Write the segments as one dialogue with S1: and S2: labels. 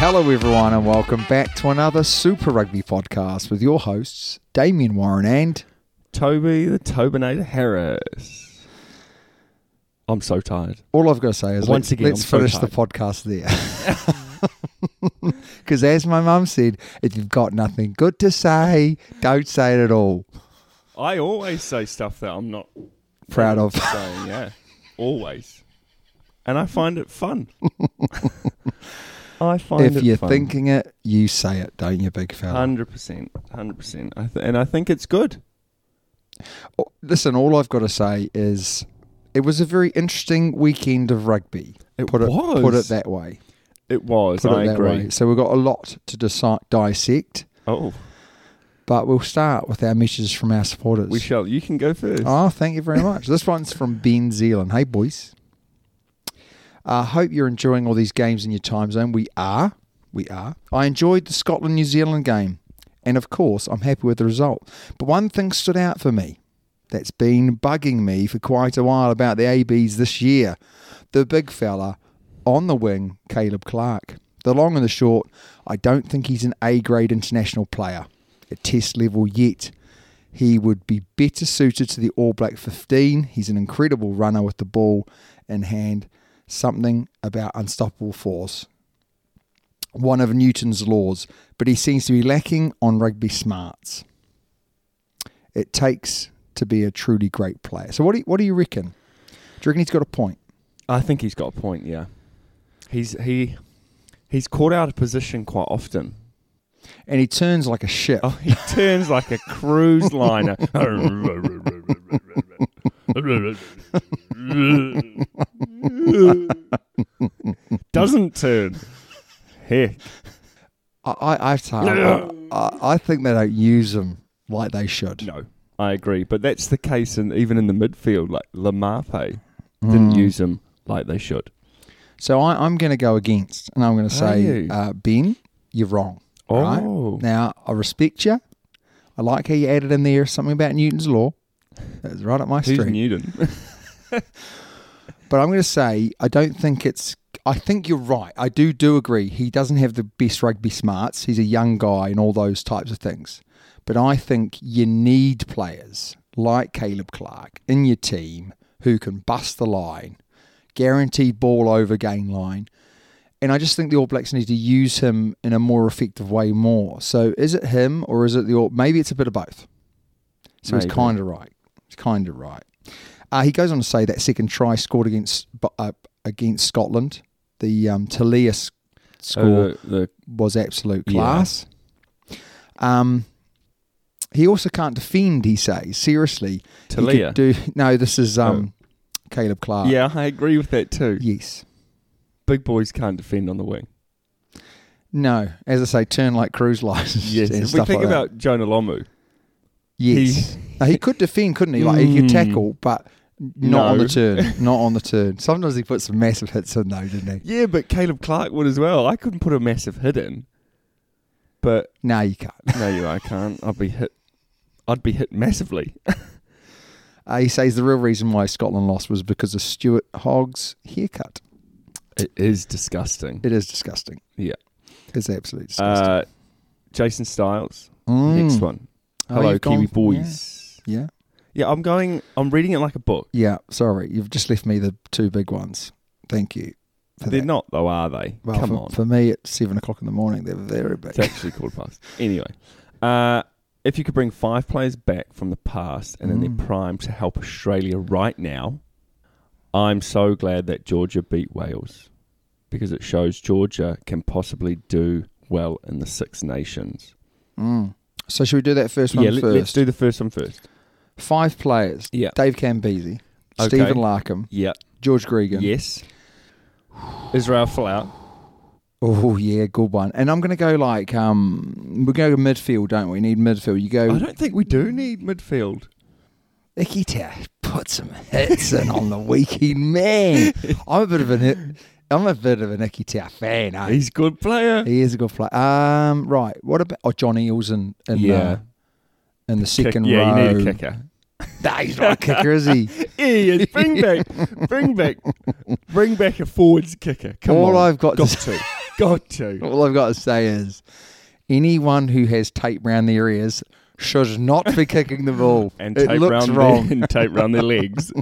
S1: Hello, everyone, and welcome back to another Super Rugby podcast with your hosts, Damien Warren and.
S2: Toby the Tobinator Harris. I'm so tired.
S1: All I've got to say is
S2: Once
S1: let's,
S2: again,
S1: let's
S2: I'm so
S1: finish the
S2: tired.
S1: podcast there. Because as my mum said, if you've got nothing good to say, don't say it at all.
S2: I always say stuff that I'm not
S1: Proud of.
S2: saying, yeah. Always. And I find it fun. I find
S1: if
S2: it
S1: you're
S2: fun.
S1: thinking it, you say it, don't you, big fella?
S2: 100%. 100%. I th- and I think it's good.
S1: Oh, Listen, all I've got to say is it was a very interesting weekend of rugby.
S2: It
S1: put it
S2: was.
S1: put it that way.
S2: It was.
S1: Put
S2: I
S1: it that
S2: agree.
S1: way. So we've got a lot to decide, dissect,
S2: Oh,
S1: but we'll start with our messages from our supporters.
S2: we shall. You can go first.
S1: Oh, thank you very much. this one's from Ben Zealand. Hey, boys. I hope you're enjoying all these games in your time zone. We are. We are. I enjoyed the Scotland New Zealand game. And of course, I'm happy with the result. But one thing stood out for me that's been bugging me for quite a while about the ABs this year the big fella on the wing, Caleb Clark. The long and the short, I don't think he's an A grade international player at test level yet. He would be better suited to the All Black 15. He's an incredible runner with the ball in hand. Something about unstoppable force. One of Newton's laws, but he seems to be lacking on rugby smarts. It takes to be a truly great player. So, what do you, what do you reckon? Do you reckon he's got a point?
S2: I think he's got a point, yeah. He's he he's caught out of position quite often.
S1: And he turns like a ship.
S2: Oh, he turns like a cruise liner. Doesn't turn. Heck.
S1: I, I, I, have to- I, I think they don't use him like they should.
S2: No, I agree. But that's the case in, even in the midfield. Like Lamape didn't
S1: Hmm.
S2: use him like they should.
S1: So I, I'm going to go against, and I'm going to
S2: Are
S1: say,
S2: you?
S1: uh, Ben, you're wrong. right?
S2: Oh.
S1: Now, I respect you. I like how you added in there something about Newton's law. That's right up my
S2: Who's
S1: street.
S2: Newton? Uh,
S1: But I'm going to say, I don't think it's. I think you're right. I do do agree. He doesn't have the best rugby smarts. He's a young guy and all those types of things. But I think you need players like Caleb Clark in your team who can bust the line, guaranteed ball over gain line. And I just think the All Blacks need to use him in a more effective way more. So is it him or is it the All? Maybe it's a bit of both. So he's
S2: Maybe.
S1: kind of right. He's kind of right. Uh, he goes on to say that second try scored against Bu- uh, against Scotland. The um, Talia s- score
S2: Oh, the- the-
S1: was absolute
S2: Yeah.
S1: class. Um, he also can't defend. He says seriously. he could
S2: Talia? Oh.
S1: do no. This is um, Caleb Clark.
S2: yeah, I agree with that too.
S1: Yes.
S2: Big boys can't defend on the wing.
S1: No, as I say, turn like cruise lines.
S2: Yes,
S1: and
S2: if we
S1: stuff
S2: think
S1: like that.
S2: about Jonah Lomu,
S1: Yes.
S2: He- Hmm.
S1: He, he could defend, couldn't he? Like he could tackle, but not on
S2: No.
S1: the turn. Not on the turn. Sometimes he put some massive hits in though, didn't he?
S2: yeah, but Caleb Clark would as well. I couldn't put a massive hit in, but
S1: No, you can't.
S2: no, you know, I can't. I'd be hit. I'd be hit massively.
S1: Uh, he says the real reason why Scotland lost was because of Stuart Hogg's haircut.
S2: It is disgusting.
S1: It is disgusting.
S2: Yeah.
S1: It's absolutely disgusting.
S2: Uh, Jason Styles,
S1: Mm.
S2: next one.
S1: Oh,
S2: Hello,
S1: you've
S2: Kiwi
S1: gone-
S2: boys.
S1: Yeah.
S2: Yeah. I'm going. I'm reading it like a book.
S1: Yeah. Sorry, you've just left me the two big ones. Thank you. For
S2: They're
S1: that.
S2: not though, are they?
S1: Well,
S2: Come
S1: for,
S2: on.
S1: for me, it's seven o'clock in the morning. They're very big.
S2: It's actually quarter past. Anyway, uh, if you could bring five players back from the past and in
S1: Mm.
S2: their prime to help Australia right now, I'm so glad that Georgia beat Wales because it shows Georgia can possibly do well in the Six Nations.
S1: So should we do that first one
S2: yeah,
S1: first?
S2: let, let's do the first one first.
S1: Five players.
S2: Yeah.
S1: Dave Cambese,
S2: Okay.
S1: Stephen Larkham,
S2: Yeah.
S1: George Gregan.
S2: Yes. Israel Folau.
S1: Oh yeah, good one. And I'm going to go like um, we go midfield, don't we? We Need midfield. You
S2: I
S1: go.
S2: don't think we do need midfield.
S1: Ikita put some hits in on the weekend, man. I'm a bit of an hit. I'm a bit of an Ikita fan. Eh?
S2: He's a good player.
S1: he is a good player. Um, right. What about oh John Eels in in,
S2: Yeah.
S1: uh, in the second
S2: Kick- yeah,
S1: row?
S2: you need a kicker.
S1: Nah, he's not a kicker, is he?
S2: He is. Bring back, bring back, bring back a forwards kicker. Come
S1: All
S2: on.
S1: I've got to
S2: got
S1: say-
S2: to, got to.
S1: All I've got to say is, anyone who has tape round their ears should not be kicking the ball.
S2: And
S1: it
S2: tape
S1: looks
S2: round
S1: wrong.
S2: Their, and tape round their legs.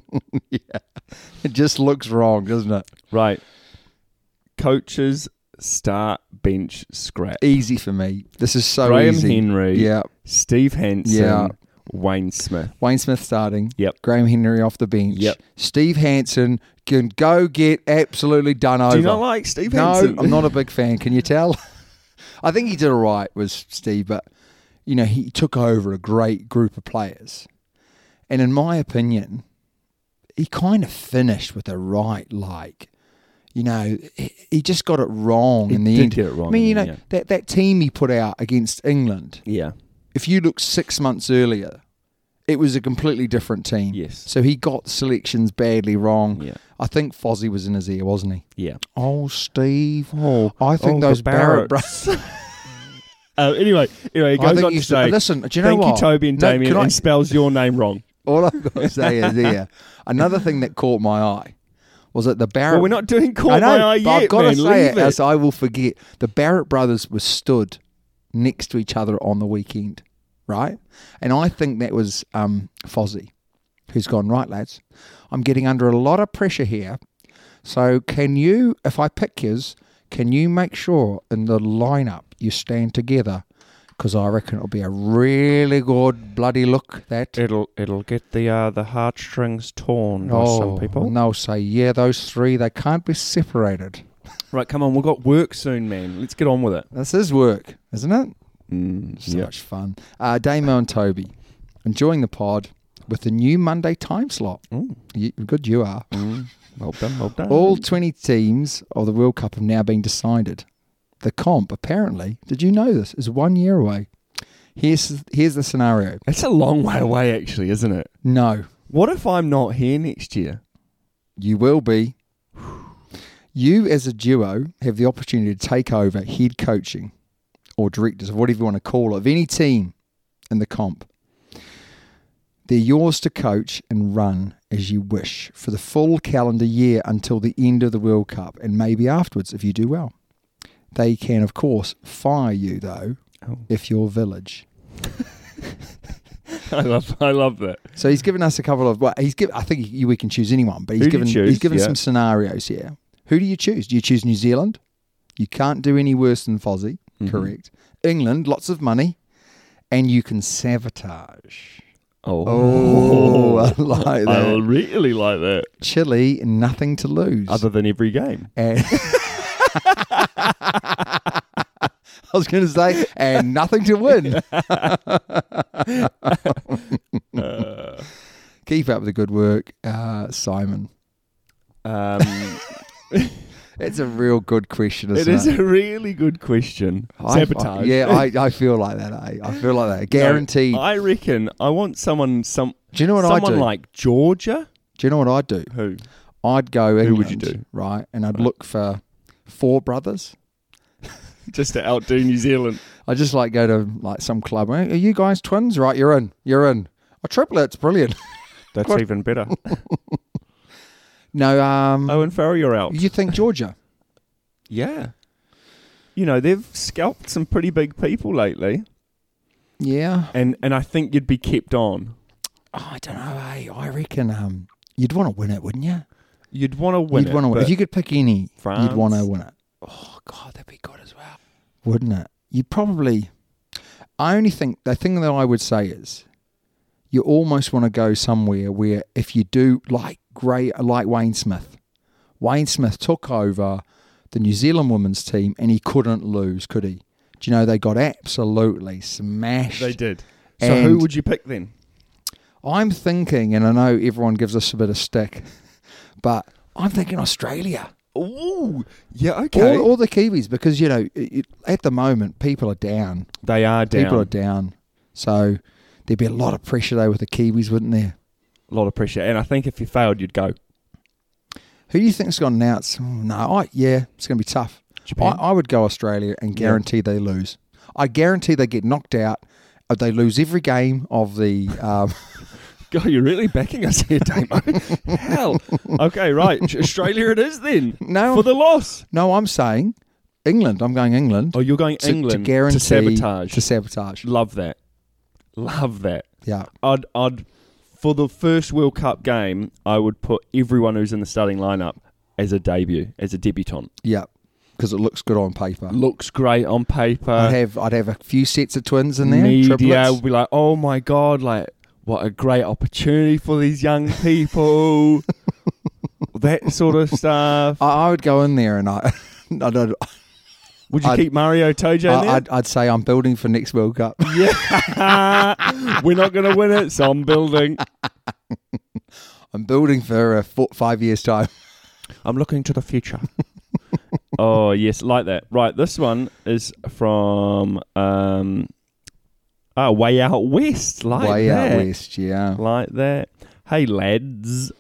S1: It just looks wrong, doesn't it?
S2: right. Coaches start bench scrap.
S1: Easy for me. This is so
S2: Graham
S1: easy.
S2: Henry.
S1: Yeah.
S2: Steve Hansen.
S1: Yeah.
S2: Wayne Smith.
S1: Wayne Smith starting.
S2: Yep.
S1: Graham Henry off the bench.
S2: Yep.
S1: Steve Hansen can go get absolutely done over.
S2: you not like Steve
S1: no,
S2: Hansen?
S1: I'm not a big fan. Can you tell? I think he did all right with Steve, but you know he took over a great group of players, and in my opinion, he kind of finished with a right like. You know, he, he just got it wrong
S2: He
S1: in the
S2: did
S1: end.
S2: get it wrong
S1: I mean,
S2: in
S1: you
S2: the
S1: know
S2: end.
S1: that that team he put out against England
S2: Yeah.
S1: if you look six months earlier, it was a completely different team.
S2: Yes.
S1: So he got selections badly wrong.
S2: Yeah.
S1: I think Fozzie was in his ear, wasn't he?
S2: Yeah.
S1: Oh, Steve. Oh, I think those Barrett brothers.
S2: Uh, anyway, anyway, it
S1: I
S2: goes
S1: think
S2: on
S1: you
S2: to
S1: should-
S2: say,
S1: listen, do you know
S2: thank
S1: what?
S2: you, Toby and
S1: No,
S2: Damien,
S1: can I-
S2: and spells your name wrong.
S1: All I've got to say is here. Another thing that caught my eye was that the Barrett.
S2: Well, we're not doing caught
S1: I know,
S2: my eye
S1: but I've
S2: yet,
S1: got
S2: man.
S1: to say it,
S2: Leave
S1: as
S2: it.
S1: I will forget. The Barrett brothers were stood next to each other on the weekend, right? And I think that was um, Fozzie, who's gone right, lads. I'm getting under a lot of pressure here, so can you, if I pick yours, can you make sure in the lineup you stand together? Because I reckon it'll be a really good bloody look that.
S2: It'll it'll get the uh, the heartstrings torn
S1: and they'll say, Oh, yeah, those three, they can't be separated.
S2: Right, come on, we've got work soon, man. Let's get on with it.
S1: This is work, isn't it? So much fun. Uh, Damo and Toby, enjoying the pod with the new Monday time slot. You, good you are.
S2: Well done, well done.
S1: All 20 teams of the World Cup have now been decided. The comp, apparently, did you know this, is one year away. Here's, here's the scenario.
S2: That's a long way away, actually, isn't it?
S1: No,
S2: What if I'm not here next year?
S1: You will be. You, as a duo, have the opportunity to take over head coaching or directors, whatever you want to call it, of any team in the comp. They're yours to coach and run as you wish for the full calendar year until the end of the World Cup and maybe afterwards if you do well. They can, of course, fire you, though, if you're village.
S2: I love I love that.
S1: So he's given us a couple of. Well, he's given. I think you- we can choose anyone, but he's
S2: Who do you
S1: given.
S2: choose?
S1: He's given
S2: Yeah.
S1: some scenarios here. Who do you choose? Do you choose New Zealand? You can't do any worse than Fozzie.
S2: Mm-hmm.
S1: Correct. England, lots of money, and you can sabotage. Oh, I like that.
S2: I really like that.
S1: Chile, nothing to lose.
S2: Other than every game.
S1: and I was going to say, and nothing to win. uh, Keep up the good work, uh, Simon.
S2: Um,
S1: It's a real good question,
S2: It
S1: isn't
S2: is a really good question.
S1: I- I-
S2: Sabotage.
S1: yeah, I, I feel like that. eh? I, I feel like that. Guaranteed.
S2: I reckon I want someone. Some.
S1: Do you know what I
S2: someone
S1: do?
S2: like Georgia.
S1: do you know what I'd do?
S2: Who?
S1: I'd go England,
S2: Who would you do?
S1: right? And I'd look for four brothers.
S2: Just to outdo New Zealand.
S1: I just like go to like some club. "Hey, Are you guys twins? Right, you're in. You're in. A triplets, brilliant.
S2: That's even better.
S1: no, um,
S2: Owen Farrell, you're out.
S1: you think Georgia?
S2: yeah. You know they've scalped some pretty big people lately,
S1: yeah,
S2: and and I think you'd be kept on. Oh,
S1: I don't know.
S2: eh?
S1: Hey, I reckon um, you'd want to win it, wouldn't you?
S2: You'd want to win.
S1: you'd want to win. If you could pick any,
S2: France?
S1: you'd want to win it. Oh God, that'd be good as well, wouldn't it? You probably. I only think the thing that I would say is, you almost want to go somewhere where if you do like Gray, like Wayne Smith, Wayne Smith took over the New Zealand women's team and he couldn't lose, could he? Do you know they got absolutely smashed?
S2: they did. So who
S1: And-
S2: would you pick then?
S1: I'm thinking, and I know everyone gives us a bit of stick, but I'm thinking Australia.
S2: Ooh, yeah,
S1: All, all the Kiwis, because you know, it, it- at the moment people are down.
S2: they are down.
S1: People are down, so there'd be a lot of pressure though with the Kiwis, wouldn't there?
S2: a lot of pressure, and I think if you failed, you'd go.
S1: Who do you think's gone now? It's, mm, no, I, yeah, it's going to be tough. I, I would go Australia and guarantee they lose. I guarantee they get knocked out. uh, They lose every game of the. Um,
S2: God, you're really backing us here, Damo. Hell. Okay, right. Australia it is then.
S1: No.
S2: For the loss.
S1: no, I'm saying England. I'm going England.
S2: Oh, you're going
S1: to,
S2: England
S1: to guarantee
S2: sabotage.
S1: To sabotage.
S2: Love that. Love that.
S1: Yeah.
S2: I'd, I'd, for the first World Cup game, I would put everyone who's in the starting lineup as a debut, as a debutant.
S1: Yeah, because it looks good on paper.
S2: Looks great on paper.
S1: I'd have I'd have a few sets of twins in there.
S2: uh, media
S1: triplets.
S2: will be like, "Oh my god, like what a great opportunity for these young people." that sort of stuff.
S1: I, I would go in there and I, I don't,
S2: Would you
S1: I'd-
S2: keep Mario Tojo in
S1: I,
S2: there?
S1: I'd, I'd say I'm building for next World Cup.
S2: Yeah. We're not going to win it, so I'm building.
S1: I'm building for uh, four, five years time.
S2: I'm looking to the future. oh, yes, like that. Right, this one is from um ah, Way Out West, like
S1: Way
S2: that.
S1: out west, yeah.
S2: Like that. Hey, lads.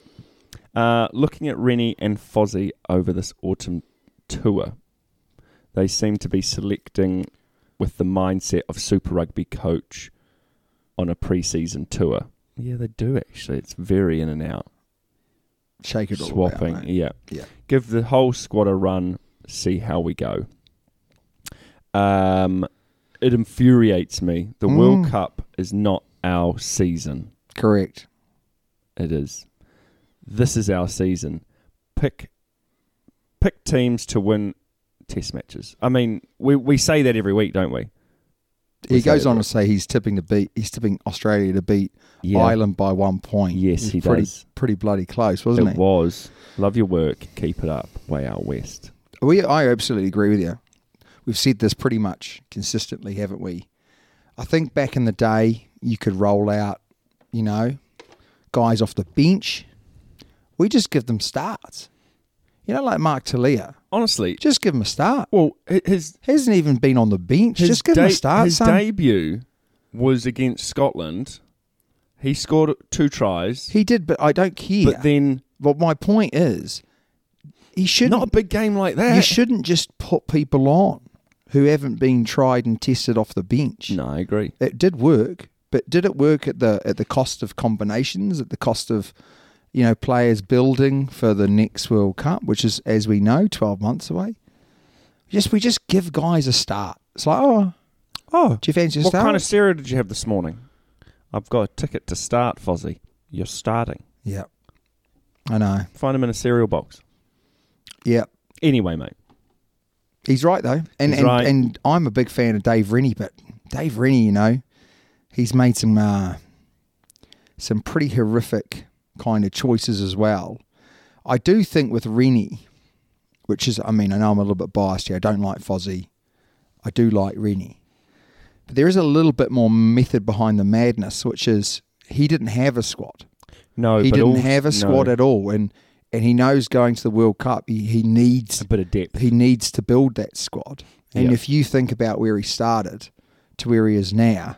S2: Uh, looking at Rennie and Fozzie over this autumn tour, they seem to be selecting with the mindset of Super Rugby coach on a preseason tour. Yeah, they do actually. It's very in and out.
S1: Shake it all
S2: Swapping.
S1: About, mate.
S2: yeah.
S1: Yeah.
S2: Give the whole squad a run, see how we go. Um, it infuriates me. The
S1: Hmm.
S2: World Cup is not our season.
S1: Correct.
S2: It is. This is our season. Pick pick teams to win test matches. I mean, we, we say that every week, don't we?
S1: He
S2: Was that
S1: goes on
S2: it?
S1: to say he's tipping to beat. He's tipping Australia to beat
S2: Yeah.
S1: Ireland by one point.
S2: Yes,
S1: It was
S2: he
S1: pretty,
S2: does.
S1: Pretty bloody close, wasn't it?
S2: it was. Love your work. Keep it up. Way out west.
S1: We, I absolutely agree with you. We've said this pretty much consistently, haven't we? I think back in the day, you could roll out, you know, guys off the bench. We just give them starts. You know, like Mark Talia,
S2: Honestly,
S1: just give him a start.
S2: well, hi- his
S1: He hasn't even been on the bench.
S2: his
S1: just give him a
S2: de-
S1: start,
S2: His
S1: son.
S2: debut was against Scotland. He scored two tries,
S1: he did, but I don't care.
S2: but then
S1: but my point is, he should
S2: not a big game like that.
S1: You shouldn't just put people on who haven't been tried and tested off the bench.
S2: No, I agree.
S1: it did work, but did it work at the at the cost of combinations, at the cost of you know players building for the next World Cup, which is as we know twelve months away? Just we just give guys a start. It's like oh,
S2: Oh,
S1: do you fancy a
S2: What
S1: start?
S2: kind of cereal did you have this morning? I've got a ticket to start, Fozzie. You're starting.
S1: yeah, I know.
S2: Find him in a cereal box.
S1: Yeah,
S2: Anyway, mate.
S1: he's right though, and
S2: He's
S1: and,
S2: right.
S1: and I'm a big fan of Dave Rennie, but Dave Rennie, you know, he's made some uh, some pretty horrific kind of choices as well. I do think with Rennie, which is, I mean, I know I'm a little bit biased here. I don't like Fozzie. I do like Rennie. But there is a little bit more method behind the madness, which is he didn't have a squad.
S2: No,
S1: he
S2: Oh, but
S1: didn't
S2: all-
S1: have a squad
S2: no.
S1: at all. And and he knows going to the World Cup, he, he needs
S2: A bit of depth.
S1: He needs to build that squad. And
S2: Yeah.
S1: if you think about where he started to where he is now,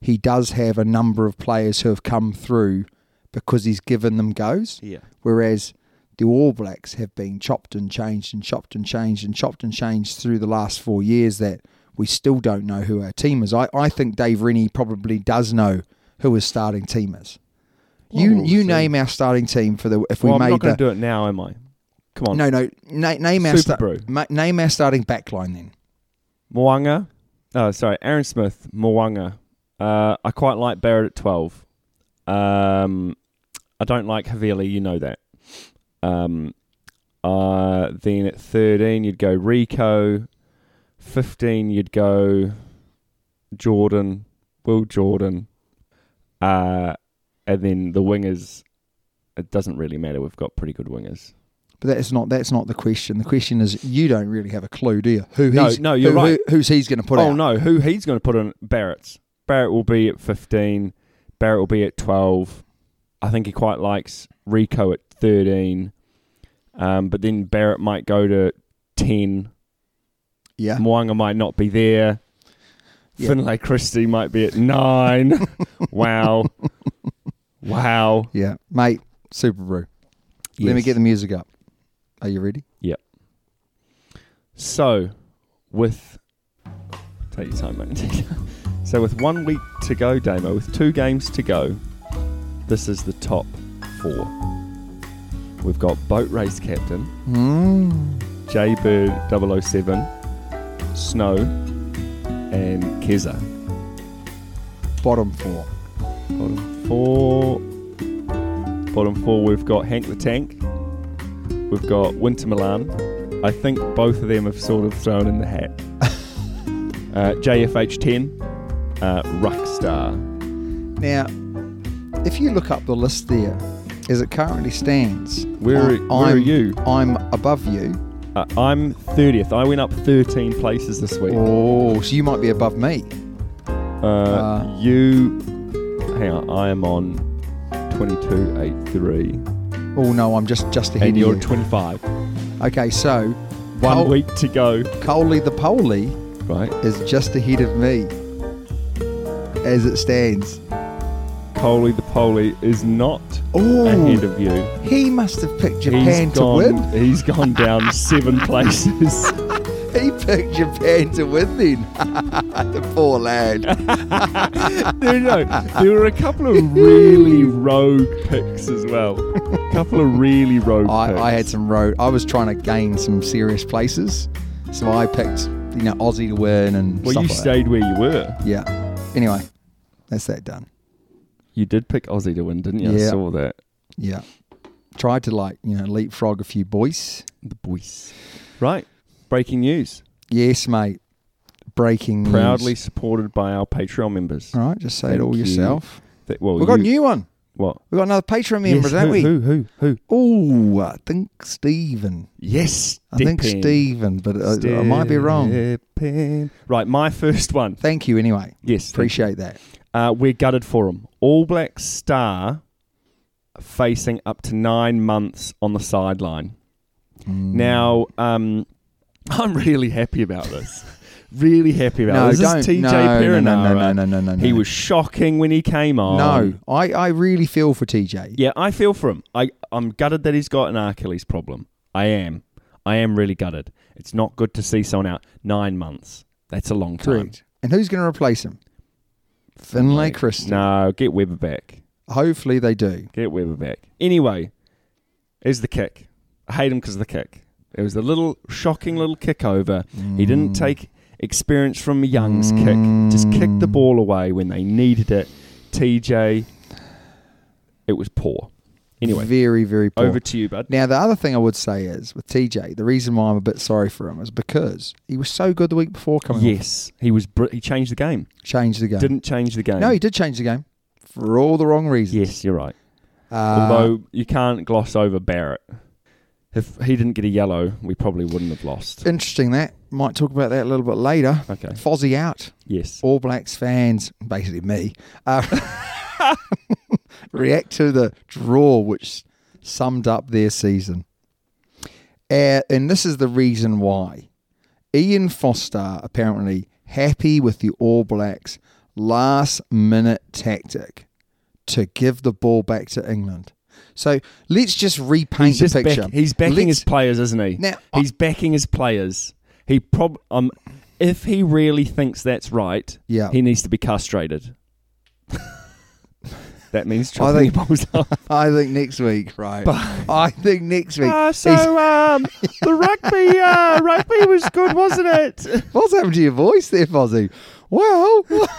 S1: he does have a number of players who have come through because he's given them goes.
S2: Yeah.
S1: Whereas the All Blacks have been chopped and changed and chopped and changed and chopped and changed through the last four years that we still don't know who our team is. I, I think Dave Rennie probably does know who his starting team is. you
S2: we'll
S1: you
S2: see.
S1: name our starting team for the if we
S2: well, I'm
S1: made
S2: not going
S1: the,
S2: to do it now, am I? Come on.
S1: no, no. Na- name our
S2: Super
S1: sta-
S2: Brew.
S1: ma- name our starting backline then.
S2: Mwanga. Oh, sorry. Aaron Smith, Mwanga. Uh, I quite like Barrett at 12. Um, I don't like Havili, you know that. Um, uh, then at 13, you'd go Rico. 15, you'd go Jordan, Will Jordan. Uh, and then the wingers, it doesn't really matter. We've got pretty good wingers.
S1: But that's not that's not the question. The question is you don't really have a clue, do you? Who
S2: No,
S1: he's,
S2: no, you're
S1: who,
S2: right.
S1: who- who's he's going to put
S2: oh
S1: out?
S2: no, who he's going to put on Barrett's? Barrett will be at fifteen. Barrett will be at twelve. I think he quite likes Rico at thirteen. Um, but then Barrett might go to ten.
S1: Yeah.
S2: Mwanga might not be there.
S1: Yeah.
S2: Finlay Christie might be at nine. wow, wow.
S1: Yeah, mate. Super brew. Let me
S2: Yes.
S1: get the music up. Are you ready?
S2: Yep. So, with take your time, mate. so, with one week to go, Damo, with two games to go, this is the top four. We've got boat race captain, J Bird 007, Snow, and Keza.
S1: Bottom four.
S2: Bottom four. Bottom four, we've got Hank the Tank. We've got Winter Milan. I think both of them have sort of thrown in the hat. uh, JFH10, uh, Ruckstar.
S1: Now, if you look up the list there, as it currently stands,
S2: Where
S1: I-
S2: are- where are
S1: I'm,
S2: you?
S1: I'm above you.
S2: Uh, I'm 30th. I went up 13 places this week.
S1: Oh, so you might be above me.
S2: Uh, you. Hang on, I am on 2283.
S1: Oh no, I'm just just ahead
S2: And you're
S1: of you.
S2: 25.
S1: okay, so
S2: One
S1: Col-
S2: week to go.
S1: Coley the Poley
S2: Right.
S1: is just ahead of me as it stands.
S2: Coley the Poley is not
S1: Ooh.
S2: ahead of you.
S1: He must have picked
S2: He's
S1: Japan to
S2: gone,
S1: win.
S2: He's gone down seven places.
S1: He picked Japan to win then. the poor lad.
S2: no, no, there were a couple of really rogue picks as well. A couple of really rogue
S1: I,
S2: picks.
S1: I had some road. I was trying to gain some serious places, so I picked you know Aussie to win and
S2: Well,
S1: stuff
S2: you
S1: like
S2: stayed where you were.
S1: That. Yeah. Anyway, that's that done.
S2: You did pick Aussie to win, didn't you?
S1: Yeah.
S2: I saw that.
S1: Yeah. Tried to like you know leapfrog a few boys.
S2: The boys. Right. Breaking news.
S1: Yes, mate. Breaking news.
S2: Proudly supported by our Patreon members.
S1: All right, just say
S2: Thank
S1: it all
S2: you.
S1: yourself.
S2: That- well,
S1: We've got a
S2: you-
S1: new one.
S2: What?
S1: We've got another Patreon member,
S2: Yes,
S1: don't
S2: who,
S1: we?
S2: Who? Who? Who?
S1: Oh, I think Stephen.
S2: Yes.
S1: I think
S2: Deppin.
S1: Stephen, but uh, I, I might be wrong.
S2: Deppin. Right. My first one.
S1: Thank you anyway.
S2: Yes. thank you.
S1: Appreciate that.
S2: Uh, we're gutted for him. All Black star facing up to nine months on the sideline.
S1: Hmm.
S2: Now, um, I'm really happy about this. really happy about
S1: No,
S2: this.
S1: don't-
S2: This is TJ
S1: no, no, no, no,
S2: Perenara.
S1: no, no, no, no.
S2: He was shocking when he came on.
S1: no, I, I really feel for TJ.
S2: Um, Yeah, I feel for him. I, I'm gutted that he's got an Achilles problem. I am. I am really gutted. It's not good to see someone out nine months. That's a long time.
S1: Correct. Um, And who's going to replace him? Finlay Christie.
S2: No, get Weber back.
S1: Hopefully they do.
S2: Get Weber back. Anyway, is the kick. I hate him because of the kick. It was a little shocking little kick over. He didn't
S1: Mm.
S2: take experience from Young's kick. Just kicked the
S1: Mm.
S2: ball away when they needed it. TJ, it was poor. Anyway,
S1: very, very poor.
S2: over to you, bud.
S1: Now, the other thing I would say is with TJ, the reason why I'm a bit sorry for him is because he was so good the week before coming off.
S2: yes, he was. Br- he changed the game.
S1: Changed the game.
S2: Didn't change the game.
S1: No, he did change the game for all the wrong reasons.
S2: Yes, you're right.
S1: Uh,
S2: Although you can't gloss over Barrett. If he didn't get a yellow, we probably wouldn't have lost.
S1: Interesting that. Might talk about that a little bit later.
S2: Okay.
S1: Fozzie out.
S2: Yes.
S1: All Blacks fans, basically me, uh, react to the draw, which summed up their season. Uh, and this is the reason why. Ian Foster apparently happy with the All Blacks' last minute tactic to give the ball back to England. So let's just repaint
S2: He's just
S1: the picture.
S2: back, he's backing
S1: Let's-
S2: his players, isn't he?
S1: Now, I-
S2: he's backing his players. He prob um, if he really thinks that's right,
S1: Yeah.
S2: he needs to be castrated. that means
S1: I
S2: chopping
S1: think-
S2: your balls off.
S1: I think next week, right? I think next week.
S2: Ah,
S1: He's-
S2: so um, the rugby, uh, rugby was good, wasn't it?
S1: what's happened to your voice there, Fozzie? Well, that's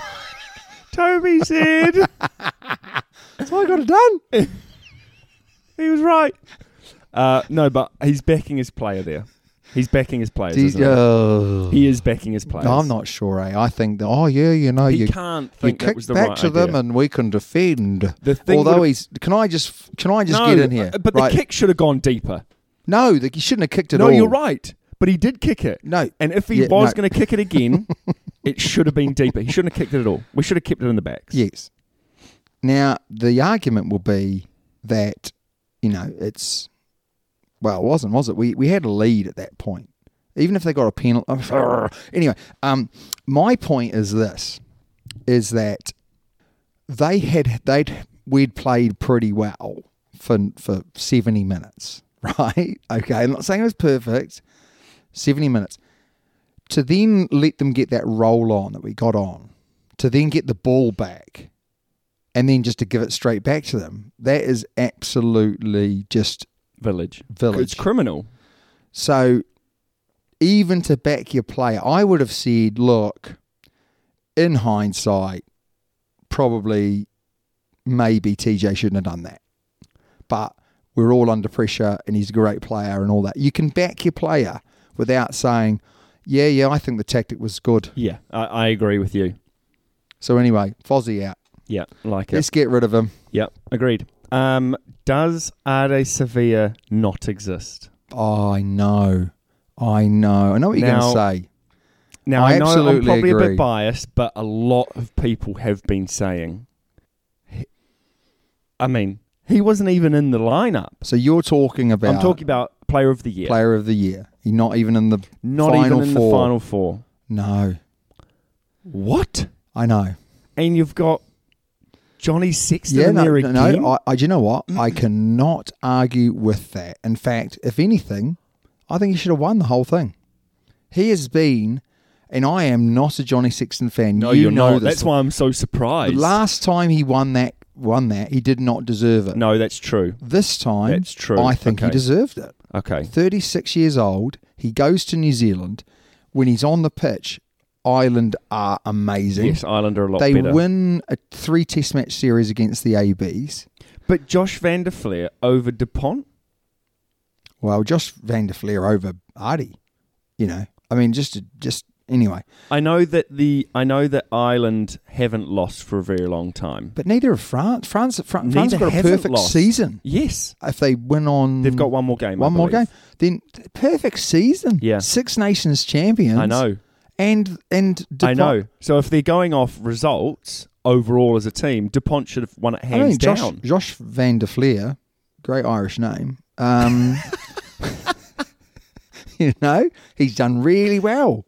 S2: Toby said
S1: what I got it done.
S2: he was right. Uh, no, but he's backing his player there. He's backing his players.
S1: Did-
S2: isn't he?
S1: oh.
S2: he is backing his players.
S1: No, I'm not sure. Eh? I think that. Oh yeah, you know,
S2: He
S1: you
S2: can't think
S1: you
S2: that
S1: kick
S2: was the
S1: back
S2: right
S1: to them,
S2: idea.
S1: and we can defend.
S2: The thing
S1: Although
S2: would've-
S1: he's, can I just, can I just
S2: no,
S1: get in here?
S2: uh, But
S1: Right.
S2: the kick should have gone deeper.
S1: No, the, he shouldn't have kicked it.
S2: No,
S1: all.
S2: you're right. But he did kick it.
S1: No.
S2: And if he
S1: Yeah,
S2: was
S1: no.
S2: going to kick it again, it should have been deeper. He shouldn't have kicked it at all. We should have kept it in the backs.
S1: Yes. Now the argument will be that you know it's well, it wasn't, was it? We we had a lead at that point, even if they got a penalty. Anyway, um, my point is this: is that they had they'd we'd played pretty well for for seventy minutes, right? Okay, I'm not saying it was perfect. Seventy minutes to then let them get that roll on that we got on, to then get the ball back, and then just to give it straight back to them. That is absolutely just
S2: Village.
S1: Village.
S2: It's criminal.
S1: so. Even to back your player, I would have said, look, in hindsight, probably maybe TJ shouldn't have done that. But we're all under pressure and he's a great player and all that. You can back your player without saying, yeah, yeah, I think the tactic was good.
S2: Yeah, I, I agree with you.
S1: So anyway, Fozzie out.
S2: Yeah, like
S1: Let's
S2: it.
S1: get rid of him.
S2: Yeah, agreed. Um, does Ade Sevilla not exist?
S1: Oh, I know. I know. I know what you're
S2: Now-
S1: going to say.
S2: Now,
S1: I
S2: I, know I'm
S1: absolutely
S2: probably a
S1: agree.
S2: bit biased, but a lot of people have been saying. he- I mean, he wasn't even in the lineup.
S1: So you're talking about
S2: I'm talking about player of the year.
S1: player of the year. You're not even in the
S2: not
S1: final
S2: even in
S1: four.
S2: the final four.
S1: No,
S2: What?
S1: I know.
S2: And you've got Johnny Sexton in
S1: no,
S2: there
S1: no,
S2: again.
S1: no, I, I, do you know what? I cannot argue with that. In fact, if anything, I think he should have won the whole thing. He has been, and I am not a Johnny Sexton fan.
S2: No,
S1: you
S2: you're
S1: know
S2: not.
S1: this.
S2: That's why I'm so
S1: the
S2: surprised.
S1: last time he won that, won that, he did not deserve it.
S2: no, that's true.
S1: This time,
S2: That's true.
S1: I think he
S2: Okay.
S1: deserved it.
S2: Okay.
S1: 36 years old. He goes to New Zealand. When he's on the pitch, Ireland are amazing.
S2: Yes, Ireland are a lot
S1: they
S2: better.
S1: win a three test match series against the ABs.
S2: But Josh Van Der Fleer over DuPont?
S1: Well, Josh Van der Fleer over Artie. You know, I mean, just, just anyway.
S2: I know that the I know that Ireland haven't lost for a very long time.
S1: But neither of France. France, France, France
S2: Neither
S1: got a
S2: haven't
S1: perfect
S2: lost.
S1: season.
S2: Yes.
S1: If they win on.
S2: They've got one more game, I
S1: One more game.
S2: believe.
S1: Then perfect season.
S2: Yeah.
S1: Six Nations champions.
S2: I know.
S1: And, and,
S2: I
S1: DuPont-
S2: know. So if they're going off results overall as a team, DuPont should have won it hands
S1: I mean, Josh,
S2: down.
S1: Josh Van der Fleer, great Irish name. Um, you know, he's done really well.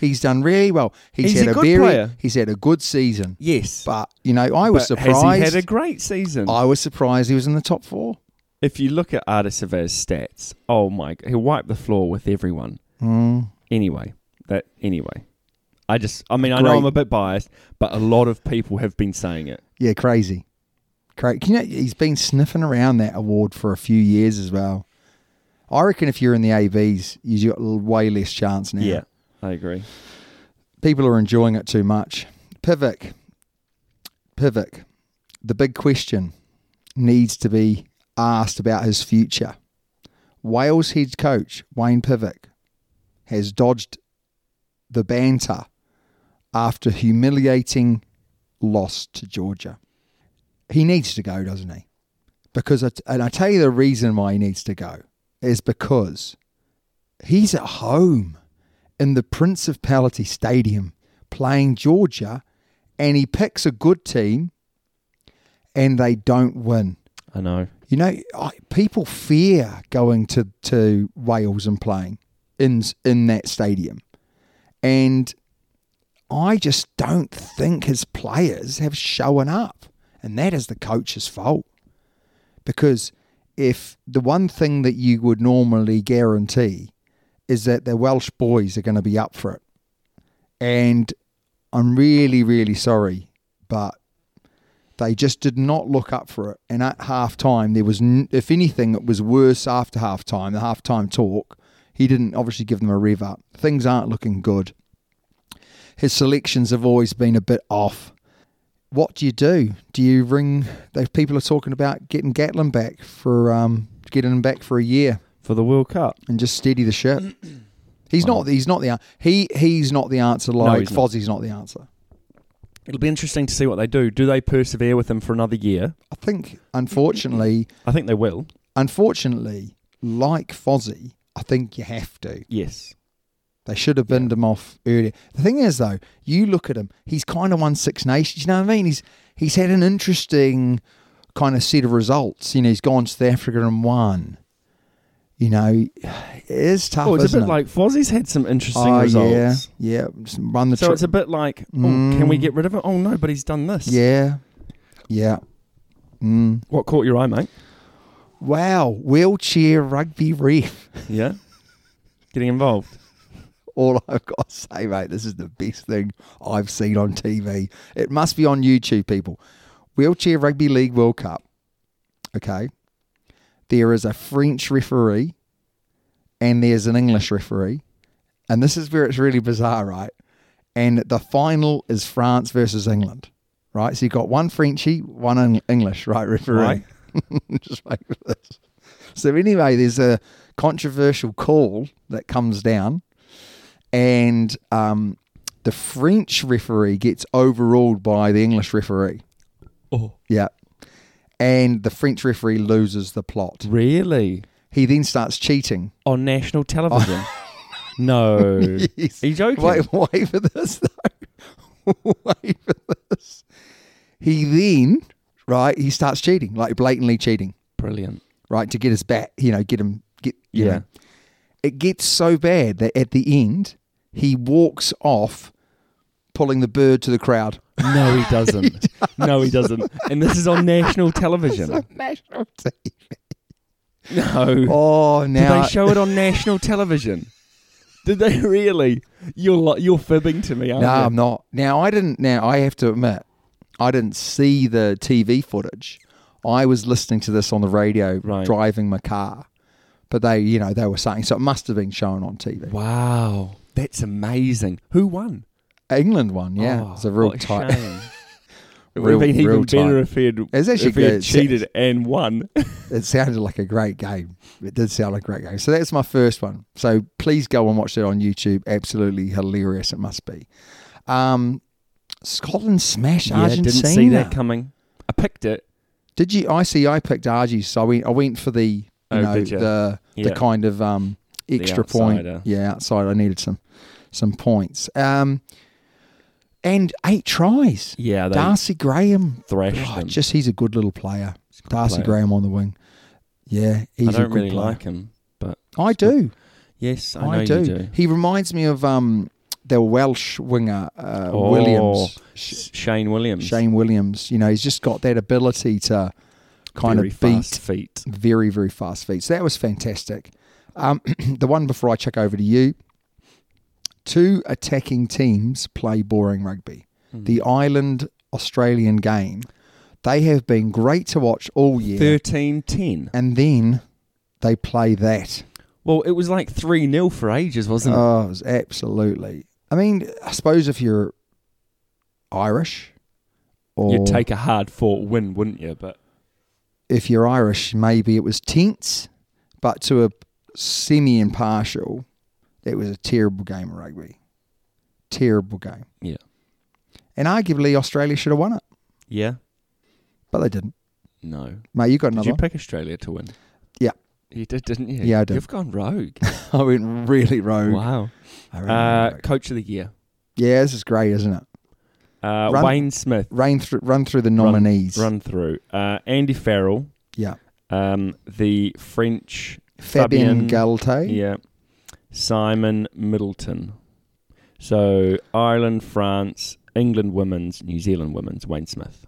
S1: He's done really well. He's,
S2: He's
S1: had
S2: a
S1: a,
S2: good
S1: very,
S2: player.
S1: he's had a good season.
S2: Yes.
S1: But you know, I was
S2: But
S1: surprised.
S2: Has he had a great season?
S1: I was surprised he was in the top four.
S2: if you look at Artisava's stats, oh my, g- he'll wipe the floor with everyone.
S1: Hmm.
S2: Anyway, that anyway, I just, I mean, I know
S1: Great.
S2: I'm a bit biased, but a lot of people have been saying it.
S1: Yeah, crazy. Cra You know, he's been sniffing around that award for a few years as well. I reckon if you're in the ABs, you've got l- way less chance now.
S2: I agree.
S1: people are enjoying it too much. Pivic, Pivic, the big question needs to be asked about his future. Wales head coach Wayne Pivic has dodged the banter after humiliating loss to Georgia. He needs to go, doesn't he? Because it, and I tell you the reason why he needs to go is because he's at home in the Principality Stadium playing Georgia and he picks a good team and they don't win.
S2: I know.
S1: You know, I, people fear going to, to Wales and playing in in that stadium, and I just don't think his players have shown up, and that is the coach's fault. Because if the one thing that you would normally guarantee is that the Welsh boys are going to be up for it, and I'm really really sorry, but they just did not look up for it. And at half time, there was, n- if anything, it was worse after half time, the half time talk. He didn't obviously give them a rev up. Things aren't looking good. His selections have always been a bit off. What do you do? Do you ring? Those people are talking about getting Gatlin back for um, getting him back for a year
S2: for the World Cup.
S1: and just steady the ship. He's not. He's not the. an- He he's not the answer. Like
S2: he's not.
S1: Fozzie's not the answer.
S2: It'll be interesting to see what they do. Do they persevere with him for another year?
S1: I think unfortunately.
S2: I think they will.
S1: unfortunately, like Fozzie, I think you have to.
S2: Yes.
S1: They should have binned him off earlier. The thing is, though, you look at him; he's kind of won Six Nations. You know what I mean? He's he's had an interesting kind of set of results. You know, he's gone to South Africa and won. You know, it is tough.
S2: Oh, it's a
S1: isn't
S2: bit
S1: it?
S2: like Fozzie's had some interesting
S1: oh
S2: results.
S1: yeah, yeah. Just run the
S2: So
S1: tri- Hmm.
S2: it's a bit like, oh, can we get rid of it? Oh no, but he's done this.
S1: yeah, yeah.
S2: What caught your eye, mate?
S1: Wow, wheelchair rugby ref.
S2: Yeah. Getting involved.
S1: all I've got to say, mate. This is the best thing I've seen on TV. It must be on YouTube, people. Wheelchair Rugby League World Cup. Okay. There is a French referee and there's an English referee. And this is where it's really bizarre, right? And the final is France versus England, right? So you've got one Frenchy, one Eng- English, right, referee.
S2: Right.
S1: Just like this. So anyway, there's a controversial call that comes down and um, the French referee gets overruled by the English referee.
S2: Oh.
S1: Yeah. And the French referee loses the plot.
S2: Really?
S1: He then starts cheating.
S2: On
S1: Oh.
S2: national television? no. Are you joking?
S1: Wait, wait for this though. wait for this. He then, right, he starts cheating, like blatantly cheating,
S2: Brilliant.
S1: right, to get his bat, you know, get him, get, you
S2: Yeah.
S1: know. It gets so bad that at the end, he walks off pulling the bird to the crowd.
S2: No, he doesn't. No, he doesn't. And this is on national television.
S1: national team.
S2: No.
S1: Oh,
S2: Did
S1: now
S2: they show it on national television? Did they really? You're li- you're fibbing to me, aren't
S1: No,
S2: you?
S1: I'm not. Now I didn't. Now I have to admit, I didn't see the TV footage. I was listening to this on the radio,
S2: Right.
S1: driving my car. But they, you know, they were saying so. It must have been shown on TV.
S2: Wow, that's amazing. Who won?
S1: England won, yeah.
S2: Oh,
S1: it's a real
S2: what
S1: tight.
S2: shame. It would
S1: Real-
S2: have been even
S1: real
S2: better
S1: tight.
S2: if he had,
S1: It's actually
S2: if he had
S1: good.
S2: cheated and won.
S1: It sounded like a great game. It did sound like a great game. So that's my first one. So please go and watch that on YouTube. Absolutely hilarious. It must be. Um, Scotland smash Argentina.
S2: didn't see that coming. I picked it.
S1: Did you? I see. I picked Argy, so I went. I went for the you
S2: Oh,
S1: know
S2: did ya?
S1: the
S2: Yeah.
S1: the kind of um extra point.
S2: outsider.
S1: Yeah, outside. I needed some some points. Um, and eight tries.
S2: Yeah, they
S1: Darcy Graham.
S2: thrashed
S1: God,
S2: them.
S1: just he's a good little player.
S2: good
S1: Darcy
S2: player.
S1: Graham on the wing. Yeah, he's
S2: I
S1: a
S2: don't
S1: good
S2: really
S1: player.
S2: like him, but
S1: I do.
S2: yes, I,
S1: I,
S2: know
S1: do.
S2: you do.
S1: He reminds me of um the Welsh winger uh, Williams.
S2: Oh, Sh- Shane Williams,
S1: Shane Williams. You know, he's just got that ability to kind
S2: Very
S1: of beat Oh,
S2: fast feet.
S1: very very fast feet. So that was fantastic. Um, the one before I check over to you. Two attacking teams play boring rugby. The Ireland Australian game. They have been great to watch all year,
S2: Thirteen ten.
S1: and then they play that.
S2: Well, it was like three 0 for ages, wasn't it?
S1: Oh, it was absolutely. I mean, I suppose if you're Irish, or
S2: You'd take a hard fought win, wouldn't you? But
S1: if you're Irish, maybe it was tense, but to a semi impartial, it was a terrible game of rugby. Terrible game.
S2: yeah,
S1: And arguably, Australia should have won it,
S2: yeah,
S1: but they didn't.
S2: no.
S1: Mate, you got
S2: Did
S1: another
S2: you
S1: one?
S2: pick Australia to win?
S1: Yeah.
S2: You did, didn't you?
S1: Yeah, I did.
S2: You've gone rogue.
S1: I went really rogue.
S2: wow.
S1: I really
S2: Uh,
S1: went rogue.
S2: coach of the year,
S1: Yeah, this is great, isn't it?
S2: uh,
S1: Run-
S2: Wayne Smith.
S1: Rain through, run through the nominees.
S2: Run, run through. Uh, Andy Farrell,
S1: Yeah.
S2: Um, the French
S1: Fabien
S2: Fabian-
S1: Galtier.
S2: Yeah. Simon Middleton. So Ireland, France, England women's, New Zealand women's, Wayne Smith.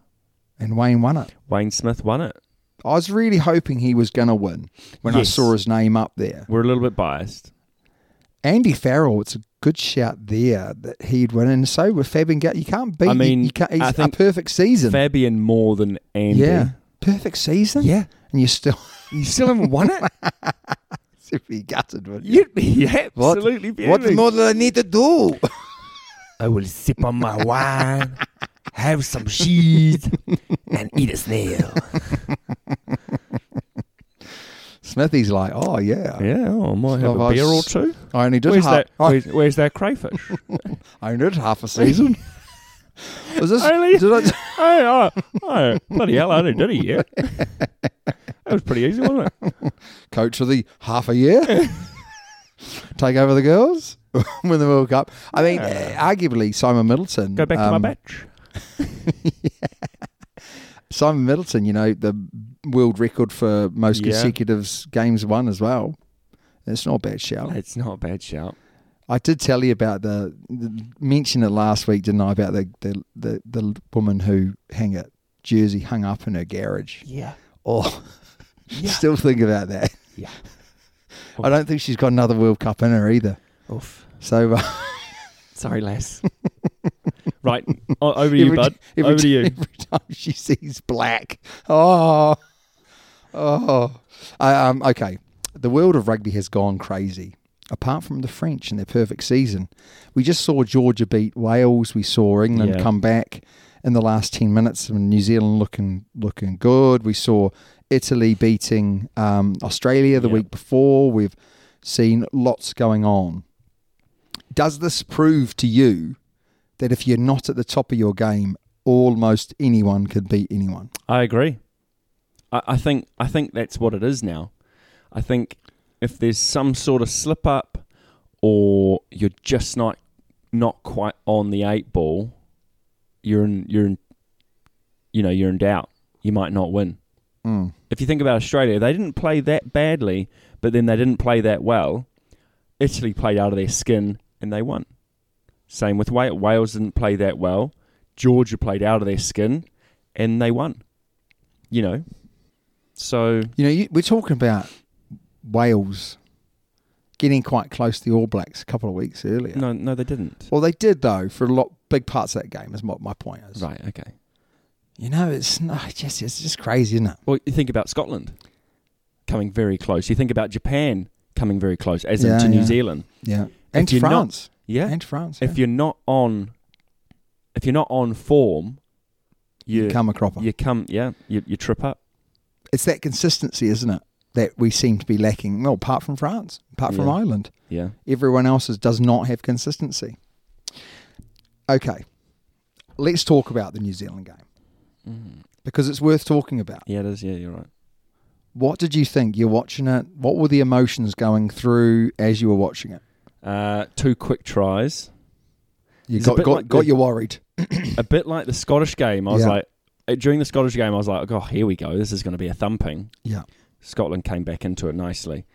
S1: And Wayne won it.
S2: Wayne Smith won it.
S1: I was really hoping he was going to win when I
S2: Yes.
S1: saw his name up there.
S2: We're a little bit biased.
S1: Andy Farrell, it's a good shout there that he'd win. And so with Fabian Galtier, you can't beat.
S2: I mean,
S1: you, you can't, he's
S2: I think
S1: a perfect season.
S2: Fabian more than Andy.
S1: yeah, perfect season.
S2: Yeah.
S1: and you still
S2: You still haven't won it?
S1: to be gutted. Wouldn't you?
S2: You'd be
S1: What-
S2: absolutely
S1: What,
S2: fuming.
S1: more do I need to do?
S2: I will sip on my wine, have some cheese, and eat a snail.
S1: Smithy's like, oh yeah,
S2: Yeah, oh, I might have
S1: Well,
S2: a
S1: I
S2: beer or
S1: s-
S2: two.
S1: I only did
S2: Where's
S1: half.
S2: that?
S1: I,
S2: Where's, where's that crayfish?
S1: I only did half a season. Was this?
S2: Only-
S1: did I-
S2: oh, oh, oh, bloody hell! I only did it yet. That was pretty easy, wasn't it?
S1: coach of the half a year, take over the girls, win the World Cup. I mean, uh, arguably Simon Middleton.
S2: Go back to
S1: um,
S2: my batch.
S1: Simon Middleton, you know, the world record for most
S2: Yeah.
S1: consecutive games won as well. That's oh, not a bad shout.
S2: It's not a bad shout.
S1: I did tell you about the, the mention it last week, didn't I? About the the, the, the woman who hung it jersey hung up in her garage.
S2: Yeah,
S1: Oh, still think about that.
S2: yeah.
S1: I don't think she's got another World Cup in her either.
S2: Oof.
S1: So uh,
S2: Sorry, Les. right, o- over to you,
S1: every
S2: bud.
S1: t- every
S2: over to
S1: t-
S2: you.
S1: Every time she sees black, oh, oh. I, um, okay, the world of rugby has gone crazy. Apart from the French and their perfect season, we just saw Georgia beat Wales. We saw England
S2: Yeah.
S1: come back in the last ten minutes, and New Zealand looking looking good. We saw Italy beating um, Australia the
S2: Yeah.
S1: week before. We've seen lots going on. Does this prove to you that if you're not at the top of your game, almost anyone could beat anyone.
S2: I agree. I, I think I think that's what it is now. I think if there's some sort of slip up, or you're just not not quite on the eight ball, you're in you're in, you know you're in doubt. You might not win. If you think about Australia, they didn't play that badly, but then they didn't play that well. Italy played out of their skin and they won. Same with Wales. Wales didn't play that well. Georgia played out of their skin and they won. You know, so
S1: You know, you, we're talking about Wales getting quite close to the All Blacks a couple of weeks earlier.
S2: no, no, they didn't.
S1: Well, they did though for a lot big parts of that game. Is what my point is.
S2: Right. Okay.
S1: You know, it's not just it's just crazy, isn't it?
S2: Well, you think about Scotland coming very close. You think about Japan coming very close, as
S1: Yeah,
S2: in to New
S1: yeah.
S2: Zealand.
S1: Yeah, and
S2: you're not-
S1: France.
S2: Yeah.
S1: and France.
S2: If you're not on, if you're not on form, you,
S1: you come a cropper,
S2: You come. Yeah. You, you trip up.
S1: it's that consistency, isn't it? That we seem to be lacking. Well, apart from France, apart from
S2: Yeah.
S1: Ireland,
S2: Yeah.
S1: everyone else's does not have consistency. Okay, let's talk about the New Zealand game
S2: Mm-hmm.
S1: because it's worth talking about.
S2: Yeah. It is. Yeah. You're right.
S1: What did you think? You're watching it. What were the emotions going through as you were watching it?
S2: Uh, two quick tries.
S1: You
S2: It's a
S1: got
S2: bit
S1: got,
S2: like
S1: got
S2: the-
S1: you worried.
S2: a bit like the Scottish game. I was
S1: Yeah.
S2: like, uh, during the Scottish game, I was like, oh, here we go. This is going to be a thumping.
S1: Yeah,
S2: Scotland came back into it nicely.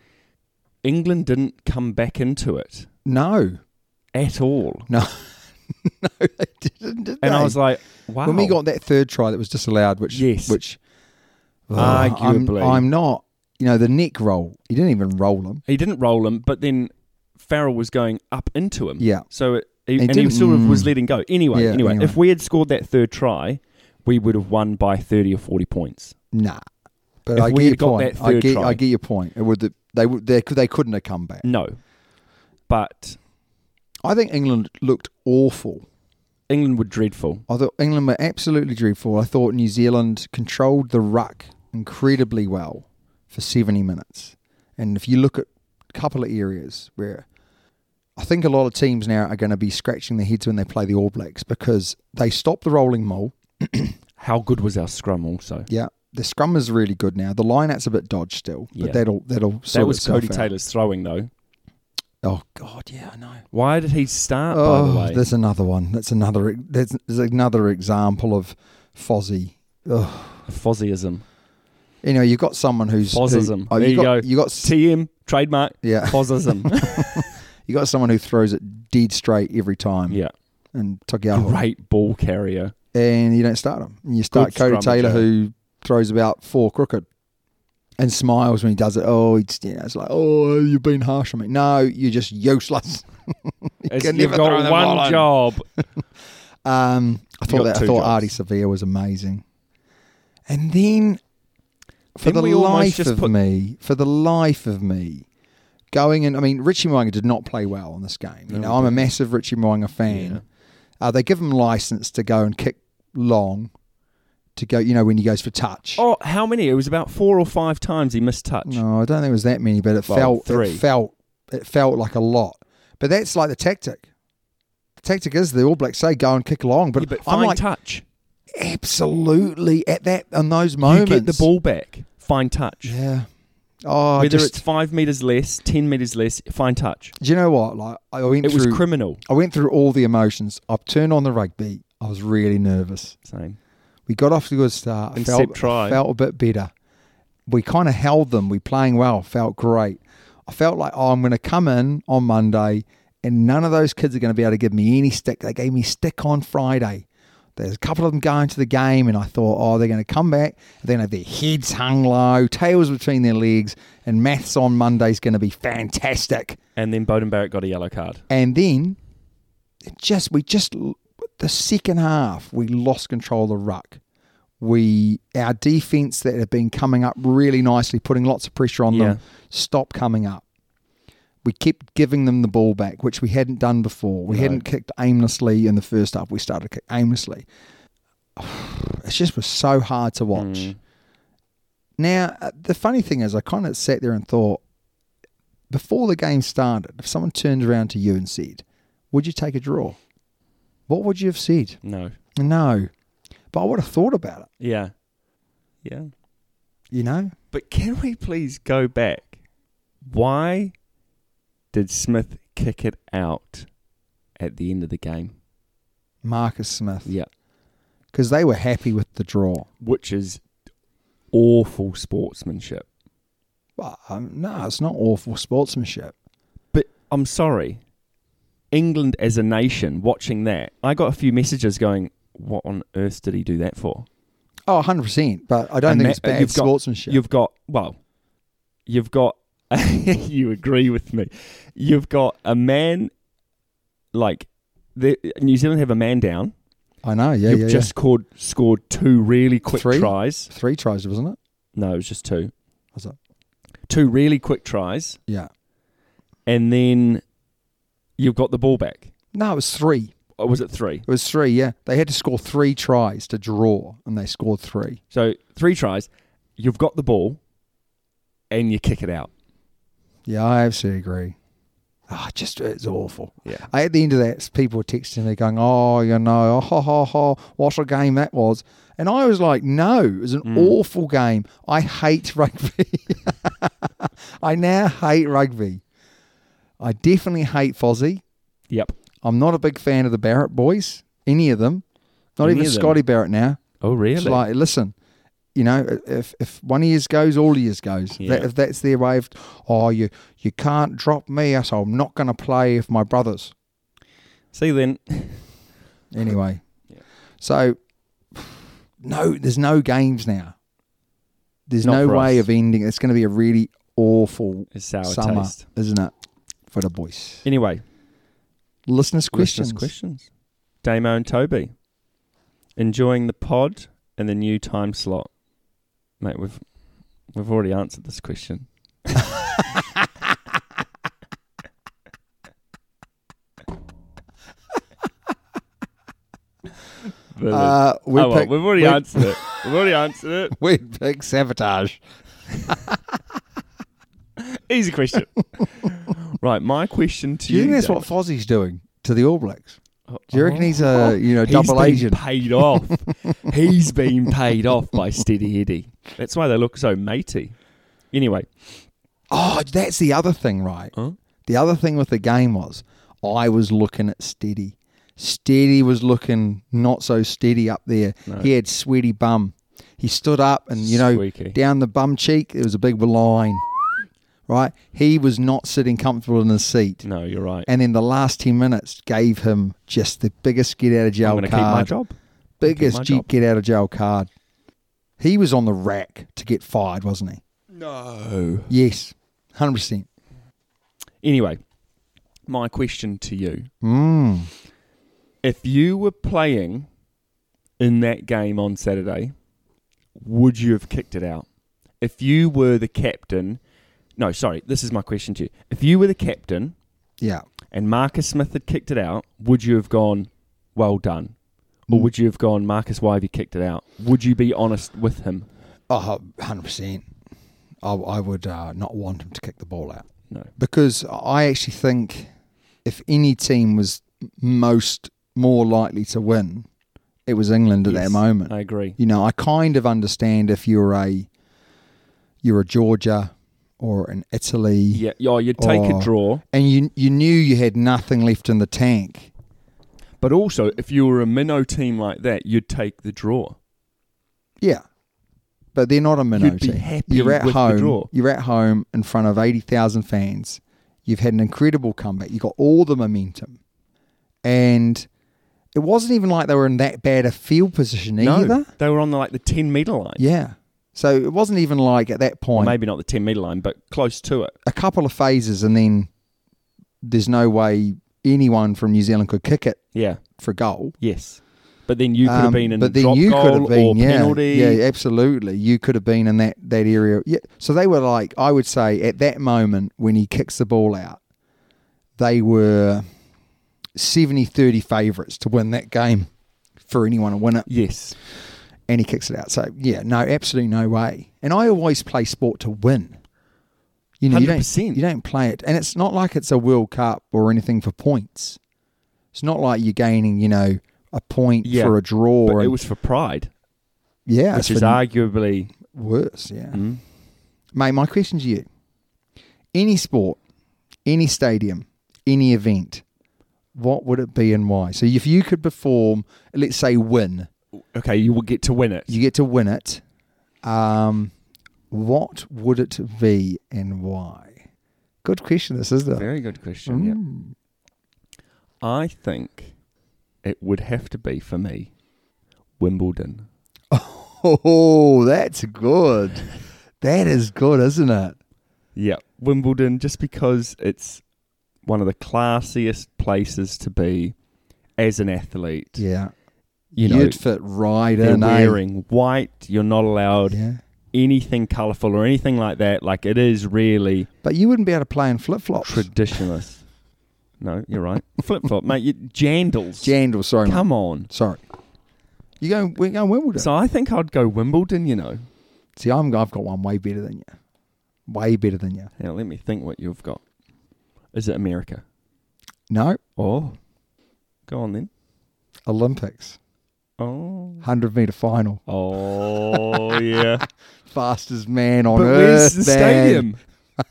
S2: England didn't come back into it
S1: no,
S2: at all.
S1: no, no, they didn't. Did
S2: And I
S1: they?
S2: was like, wow.
S1: when we got that third try that was disallowed, which
S2: Yes.
S1: which Ugh, I'm-
S2: Arguably.
S1: I'm, not. You know, the neck roll. He didn't even roll him.
S2: he didn't roll him, but then Farrell was going up into him.
S1: Yeah.
S2: So it, he,
S1: He
S2: and he
S1: didn't-
S2: sort of was
S1: mm.
S2: letting go. Anyway,
S1: Yeah,
S2: anyway,
S1: anyway.
S2: if we had scored that third try, we would have won by 30 or 40 points.
S1: Nah. But
S2: If
S1: I
S2: we
S1: get
S2: had
S1: your
S2: got
S1: point.
S2: that
S1: I
S2: third
S1: get
S2: try- Mm.
S1: I get your point. It would they would they could they couldn't have come back.
S2: No. But
S1: I think England looked awful.
S2: England were dreadful.
S1: I thought England were absolutely dreadful. I thought New Zealand controlled the ruck incredibly well for 70 minutes. And if you look at a couple of areas where I think a lot of teams now are going to be scratching their heads when they play the All Blacks because they stopped the rolling maul.
S2: How good was our scrum also?
S1: Yeah. The scrum is really good now. The line out's a bit dodged still, but
S2: Yeah.
S1: that'll that'll sort
S2: That was
S1: itself
S2: Cody
S1: out.
S2: Taylor's throwing, though.
S1: Oh God, yeah, I know.
S2: Why did he start, by the
S1: Oh,
S2: way?
S1: there's another one. That's another. e, There's, there's another example of Fozzie. Ugh.
S2: Fozzieism.
S1: You know, you've got someone who's who-
S2: Fozism.
S1: oh,
S2: there you,
S1: got,
S2: go.
S1: You got s-
S2: TM trademark.
S1: Yeah.
S2: Fozism.
S1: you got someone who throws it dead straight every time.
S2: yeah.
S1: And Takiaho.
S2: Great ball carrier.
S1: and you don't start him. You start
S2: Good
S1: Cody
S2: scrummager.
S1: Taylor, who throws about four crooked and smiles when he does it. Oh, it's, you know, it's like, oh, you've been harsh on me. No, you're just useless. you
S2: It's-
S1: can
S2: you've
S1: never throw
S2: got
S1: the ball
S2: one
S1: in.
S2: job.
S1: Um, I
S2: got
S1: thought that, I
S2: two
S1: thought
S2: jobs.
S1: Artie Sevilla was amazing. And then, for
S2: Didn't
S1: the
S2: we almost
S1: life
S2: just
S1: of
S2: put-
S1: me, for the life of me, going and I mean Richie Moanga did not play well in this game. You know, I'm a massive Richie Moanga fan. Uh, they give him license to go and kick long, to go. You know, when he goes for touch.
S2: Oh, how many? It was about four or five times he missed touch.
S1: No, I don't think it was that many, but it
S2: Well,
S1: felt
S2: three.
S1: it felt it felt like a lot. But that's like the tactic. The tactic is the All Blacks say go and kick long, but,
S2: Yeah, but
S1: I'm
S2: find
S1: like
S2: touch.
S1: absolutely at that on those moments.
S2: You get the ball back. Find touch.
S1: Yeah. Oh, I
S2: Whether
S1: just,
S2: it's five meters less, ten meters less, find touch.
S1: do you know what? Like I went
S2: It was
S1: through.
S2: criminal.
S1: I went through all the emotions. I've turned on the rugby. I was really nervous.
S2: Same.
S1: We got off to a good start. I
S2: And
S1: felt,
S2: Seb tried.
S1: felt a bit better. We kind of held them. We playing well. Felt great. I felt like, oh, I'm going to come in on Monday and none of those kids are going to be able to give me any stick. They gave me stick on Friday. There's a couple of them going to the game and I thought, oh, they're going to come back. They're going to have their heads hung low, tails between their legs, and maths on Monday's going to be fantastic.
S2: And then Bowden Barrett got a yellow card.
S1: And then it just we just the second half we lost control of the ruck. We our defense that had been coming up really nicely, putting lots of pressure on them,
S2: Yeah.
S1: stopped coming up. We kept giving them the ball back, which we hadn't done before. We hadn't kicked aimlessly in the first half. We started to kick aimlessly. It just was so hard to watch. Now, uh, the funny thing is, I kind of sat there and thought, before the game started, if someone turned around to you and said, Would you take a draw? What would you have said?
S2: No.
S1: No. But I would have thought about it,
S2: Yeah. Yeah.
S1: you know?
S2: But can we please go back? Why did Smith kick it out at the end of the game?
S1: Marcus Smith.
S2: Yeah.
S1: Because they were happy with the draw.
S2: Which is awful sportsmanship.
S1: Well, um, no, it's not awful sportsmanship.
S2: But I'm sorry. England as a nation watching that, I got a few messages going, What on earth did he do that for?
S1: Oh, 100%. But I don't
S2: And
S1: think
S2: that-
S1: it's bad
S2: you've got-
S1: sportsmanship.
S2: You've got well, you've got you agree with me. You've got a man like the New Zealand have a man down.
S1: I know, yeah,
S2: you've
S1: yeah,
S2: just
S1: yeah.
S2: scored scored two really quick
S1: Three?
S2: tries.
S1: Three tries, wasn't it?
S2: No, it was just two.
S1: Was it?
S2: Two really quick tries,
S1: Yeah.
S2: and then you've got the ball back.
S1: No, it was three.
S2: Or was it three?
S1: It was three, yeah. They had to score three tries to draw, and they scored three.
S2: So three tries. You've got the ball, and you kick it out.
S1: Yeah, I absolutely agree. Ah, just it's awful.
S2: Yeah.
S1: I, at the end of that, people were texting me going, "Oh, you know, oh, ha ha ha, what a game that was!" And I was like, "No, it was an awful game. I hate rugby. I now hate rugby. I definitely hate Fozzie.
S2: Yep.
S1: I'm not a big fan of the Barrett boys, any of them. Not
S2: Any
S1: even
S2: of them?
S1: Scotty Barrett now.
S2: Oh really?
S1: It's like, listen, you know, if if one of yours goes, all of yours goes.
S2: Yeah.
S1: That, if that's their way of, oh, you you can't drop me, so I'm not going to play with my brothers
S2: See then,
S1: anyway. So, no, there's no games now. There's
S2: Not
S1: no
S2: for
S1: way
S2: us.
S1: of ending. It's going to be a really awful
S2: It's sour
S1: summer,
S2: taste.
S1: isn't it, for the boys?
S2: anyway.
S1: Listeners' questions.
S2: Listeners' questions. Damo and Toby, enjoying the pod and the new time slot, mate. We've we've already answered this question. But,
S1: Uh, we
S2: oh, well,
S1: pick-
S2: we've already
S1: we-
S2: answered it. We've already answered it.
S1: We'd pick sabotage.
S2: Easy question. right, my question to
S1: Do you
S2: you. Oh.
S1: think that's
S2: Dave.
S1: what Fozzie's doing to the All Blacks? Do you reckon he's a you know
S2: He's
S1: double
S2: been
S1: agent?
S2: paid off. he's been paid off by Steady Eddie. That's why they look so matey. Anyway,
S1: Oh, that's the other thing, right? The other thing with the game was I was looking at Steady. Steady was looking not so steady up there. He had sweaty bum. He stood up and, you know,
S2: Squeaky.
S1: down the bum cheek, it was a big line, right? He was not sitting comfortable in his seat.
S2: No, you're right.
S1: And then the last 10 minutes gave him just the biggest get out of
S2: I'm
S1: jail
S2: going to
S1: card.
S2: keep my job.
S1: Biggest
S2: my
S1: G-
S2: job.
S1: get out of jail card. He was on the rack to get fired, wasn't he?
S2: No.
S1: Yes, 100%.
S2: Anyway, my question to you:
S1: Mm.
S2: If you were playing in that game on Saturday, would you have kicked it out? If you were the captain, no, sorry, this is my question to you: If you were the captain
S1: Yeah.
S2: and Marcus Smith had kicked it out, would you have gone, "Well done,"
S1: Mm.
S2: or would you have gone, "Marcus, why have you kicked it out?" Would you be honest with him?
S1: Oh, 100%. I, I would uh, not want him to kick the ball out.
S2: No.
S1: Because I actually think if any team was most more likely to win, it was England at that
S2: Yes,
S1: moment.
S2: I agree.
S1: You know, I kind of understand if you're a you're a Georgia or an Italy.
S2: Yeah, yeah, you'd take
S1: or-
S2: a draw.
S1: And you you knew you had nothing left in the tank.
S2: But also, if you were a minnow team like that, you'd take the draw.
S1: Yeah. But they're not a minority.
S2: You'd be happy
S1: you're at
S2: with the
S1: home.
S2: draw.
S1: You're at home in front of 80,000 fans. You've had an incredible comeback. You got all the momentum. And it wasn't even like they were in that bad a field position either.
S2: No, they were on the, like the ten meter line.
S1: Yeah. So it wasn't even like at that
S2: Or
S1: point
S2: maybe not the ten meter line, but close to it.
S1: a couple of phases and then there's no way anyone from New Zealand could kick it
S2: Yeah.
S1: for goal.
S2: Yes. But then you could
S1: Um,
S2: have been in a drop
S1: you could
S2: goal
S1: have been,
S2: or
S1: yeah,
S2: penalty.
S1: Yeah, absolutely. You could have been in that that area. Yeah. So they were like, I would say, at that moment when he kicks the ball out, they were 70-30 favourites to win that game for anyone to win it,
S2: Yes.
S1: and he kicks it out. So yeah, no, absolutely no way. And I always play sport to win. You know, you don't
S2: 100%.
S1: you don't play it, and it's not like it's a World Cup or anything for points. It's not like you're gaining, you know, a point
S2: Yeah,
S1: for a draw.
S2: But it
S1: and-
S2: was for pride,
S1: yeah,
S2: which
S1: it's
S2: is Hmm.
S1: been
S2: arguably
S1: worse. Yeah, mate. My question to you: Any sport, any stadium, any event, what would it be and why? So, if you could perform, let's say, win,
S2: okay. You will get to win it.
S1: you get to win it. Um, what would it be and why? Good question. This is the
S2: Very good Mm. question. Yeah. I think it would have to be for me Wimbledon.
S1: oh, that's good. That is good, isn't it?
S2: Yeah, Wimbledon, just because it's one of the classiest places to be as an athlete.
S1: Yeah,
S2: You know,
S1: would fit right
S2: they're
S1: in. eh?
S2: wearing white. You're not allowed
S1: Yeah.
S2: anything colourful or anything like that. Like it is really
S1: But you wouldn't be able to play in flip flops.
S2: traditionalist. no, you're right. Flip flop, mate. You, jandals.
S1: Jandal, sorry. mate.
S2: Come on.
S1: Sorry. You go. We're going Wimbledon.
S2: So I think I'd go Wimbledon. You know.
S1: See, I'm. I've got one way better than you. Way better than you.
S2: Now let me think what you've got. Is it America?
S1: No,
S2: Oh, go on then.
S1: Olympics,
S2: Oh.
S1: hundred meter final,
S2: Oh yeah.
S1: fastest man on
S2: but
S1: earth.
S2: where's the
S1: man.
S2: stadium?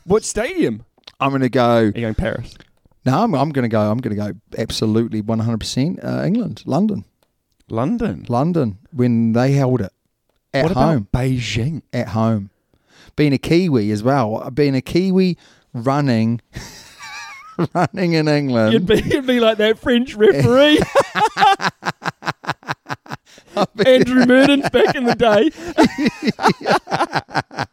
S2: what stadium?
S1: I'm gonna go.
S2: Are you going Paris?
S1: No, I'm, I'm gonna go. I'm gonna go. Absolutely, 100 percent uh, England, London,
S2: London.
S1: London. When they held it at
S2: what
S1: home,
S2: about Beijing?
S1: at home. Being a Kiwi as well. Uh, Being a Kiwi running, running in England.
S2: You'd Um, be, you'd be like that French referee. Andrew Murden's back in the day.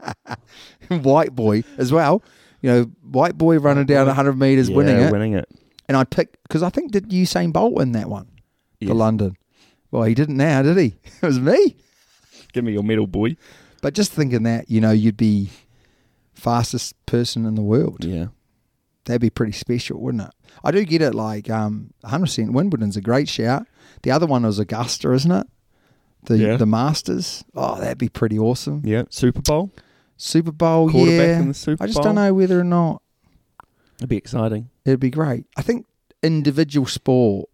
S1: white boy as well. You know, white boy running down 100 meters, winning it.
S2: winning it.
S1: And I picked because I think did Usain Bolt win that one
S2: Yes.
S1: for London? Well, he didn't now, did he? It was me.
S2: Give me your medal, boy.
S1: But just thinking that, you know, you'd be fastest person in the world.
S2: Yeah.
S1: That'd be pretty special, wouldn't it? I do get it. Like, um, 100% Wimbledon's a great shout. The other one was Augusta, isn't it? The
S2: Yeah.
S1: the Masters. Oh, that'd be pretty awesome.
S2: Yeah. Super Bowl.
S1: Super Bowl,
S2: Quarterback
S1: yeah.
S2: in the Super
S1: I just
S2: Bowl.
S1: don't know whether or not
S2: That'd be exciting.
S1: It'd be great. I think individual sport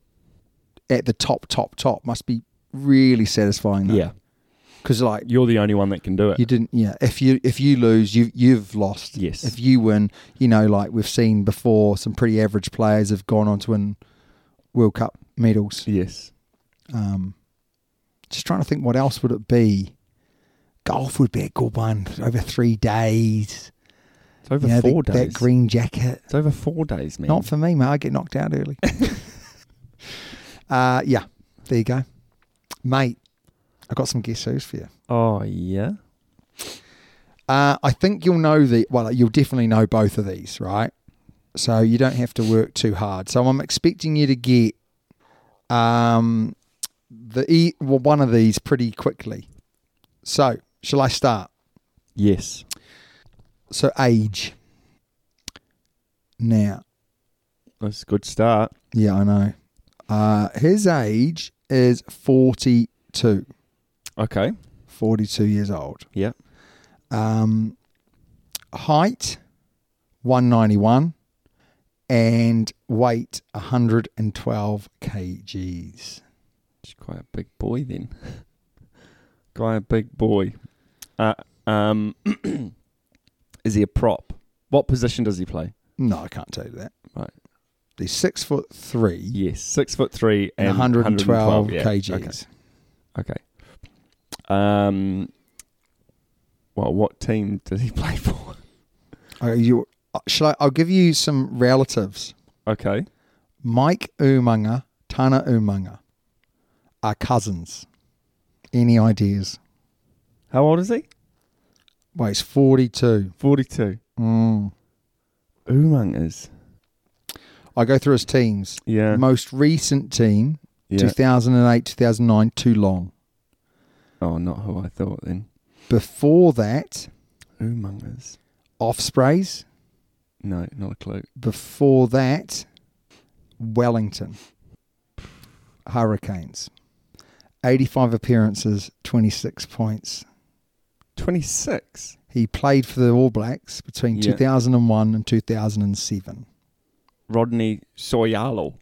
S1: at the top, top, top must be really satisfying.
S2: Yeah.
S1: because like
S2: You're the only one that can do it.
S1: you didn't. Yeah, if you if you lose, you you've lost.
S2: Yes.
S1: If you win, you know, like we've seen before, some pretty average players have gone on to win World Cup medals.
S2: yes.
S1: Um, just trying to think, what else would it be? golf would be a good one. Over three days.
S2: It's over
S1: You know, the-
S2: four days.
S1: That green jacket.
S2: It's over four days, man.
S1: Not for me, mate. I get knocked out early. uh, yeah, there you go. Mate, I got some guess who's for you.
S2: oh yeah.
S1: Uh, I think you'll know the, well, you'll definitely know both of these, right? So you don't have to work too hard. So I'm expecting you to get um, the e- well, one of these pretty quickly. So, shall I start?
S2: Yes.
S1: So, age. Now,
S2: That's a good start.
S1: Yeah, I know. Uh, his age is 42,
S2: Okay.
S1: 42 years old.
S2: Yeah.
S1: Um, height, 191, and weight, 112 kgs.
S2: He's quite a big boy then. quite a big boy. Uh, um, is he a prop? What position does he play?
S1: No, I can't tell you that.
S2: Right.
S1: He's six foot three
S2: Yes, six foot three
S1: and,
S2: and
S1: 112,
S2: 112 yeah.
S1: kgs.
S2: Okay. okay. Um. Well, what team does he play for?
S1: Are you, uh, shall I, I'll give you some relatives.
S2: Okay.
S1: Mike Umanga, Tana Umanga are cousins. Any ideas?
S2: How old is he?
S1: Well, he's 42.
S2: Forty-two.
S1: Mm.
S2: Umangers.
S1: I go through his teams.
S2: Yeah.
S1: Most recent team,
S2: Yeah.
S1: 2008, 2009, Toulon.
S2: Oh, not who I thought then.
S1: Before that,
S2: Umangers.
S1: Offsprays.
S2: No, not a clue.
S1: Before that, Wellington. Hurricanes. 85 appearances, 26 points.
S2: Twenty-six.
S1: He played for the All Blacks between
S2: Yeah.
S1: 2001 and 2007.
S2: Rodney Soyalo.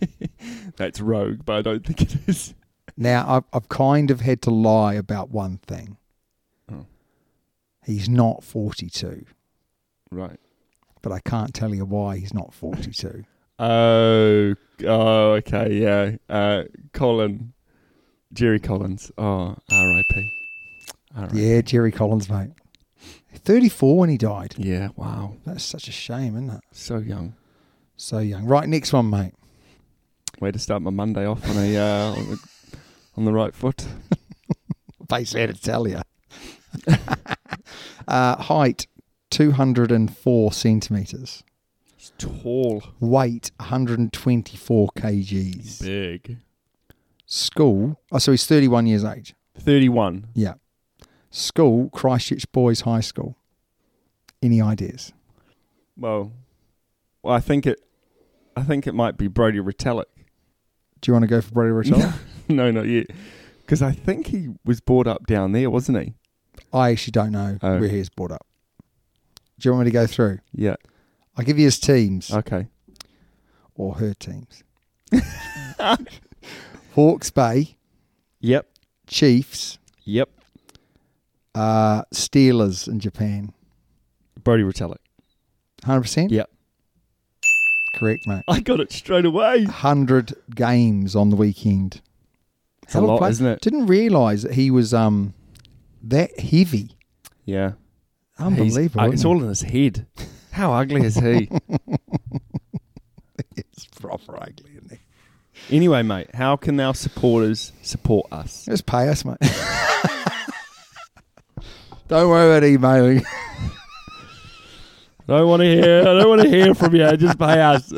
S2: That's rogue, but I don't think it is.
S1: Now, I've, I've kind of had to lie about one thing.
S2: Oh.
S1: He's not 42,
S2: Right.
S1: but I can't tell you why he's not 42.
S2: Oh, oh, okay, yeah. Uh, Colin, Jerry Collins. Oh, R.I.P. R.I.P.
S1: Yeah, Jerry Collins, mate. 34 when he died.
S2: Yeah. Wow.
S1: That's such a shame, isn't it?
S2: So young.
S1: So young. Right, next one, mate.
S2: Way to start my Monday off on a uh, on, the, on the right foot.
S1: Basically, had to tell you. uh, height, 204 centimetres.
S2: He's tall,
S1: Weight, 124 kgs.
S2: big.
S1: School, oh, so he's 31 years age.
S2: Thirty-one.
S1: Yeah. School, Christchurch Boys High School. Any ideas?
S2: Well, well, I think it. I think it might be Brody Retallick.
S1: Do you want to go for Brody Rochelle?
S2: no, not yet. Because I think he was brought up down there, wasn't he?
S1: I actually don't know
S2: Oh.
S1: where he is brought up. Do you want me to go through?
S2: Yeah.
S1: I'll give you his teams
S2: Okay.
S1: or her teams. Hawke's Bay,
S2: Yep.
S1: Chiefs,
S2: Yep.
S1: uh, Steelers in Japan.
S2: Brody Retallick.
S1: 100%?
S2: Yep.
S1: Correct, mate.
S2: I got it straight away.
S1: 100 games on the weekend.
S2: It's a
S1: Hell of
S2: lot,
S1: play-
S2: isn't it?
S1: Didn't realise that he was um that heavy.
S2: Yeah.
S1: Unbelievable.
S2: it's all in his head. How ugly is he?
S1: it's proper ugly, isn't it?
S2: anyway, mate, how can our supporters support us?
S1: Just pay us, mate. Don't worry about emailing.
S2: I don't want to hear. I don't want to hear from you. Just pay us.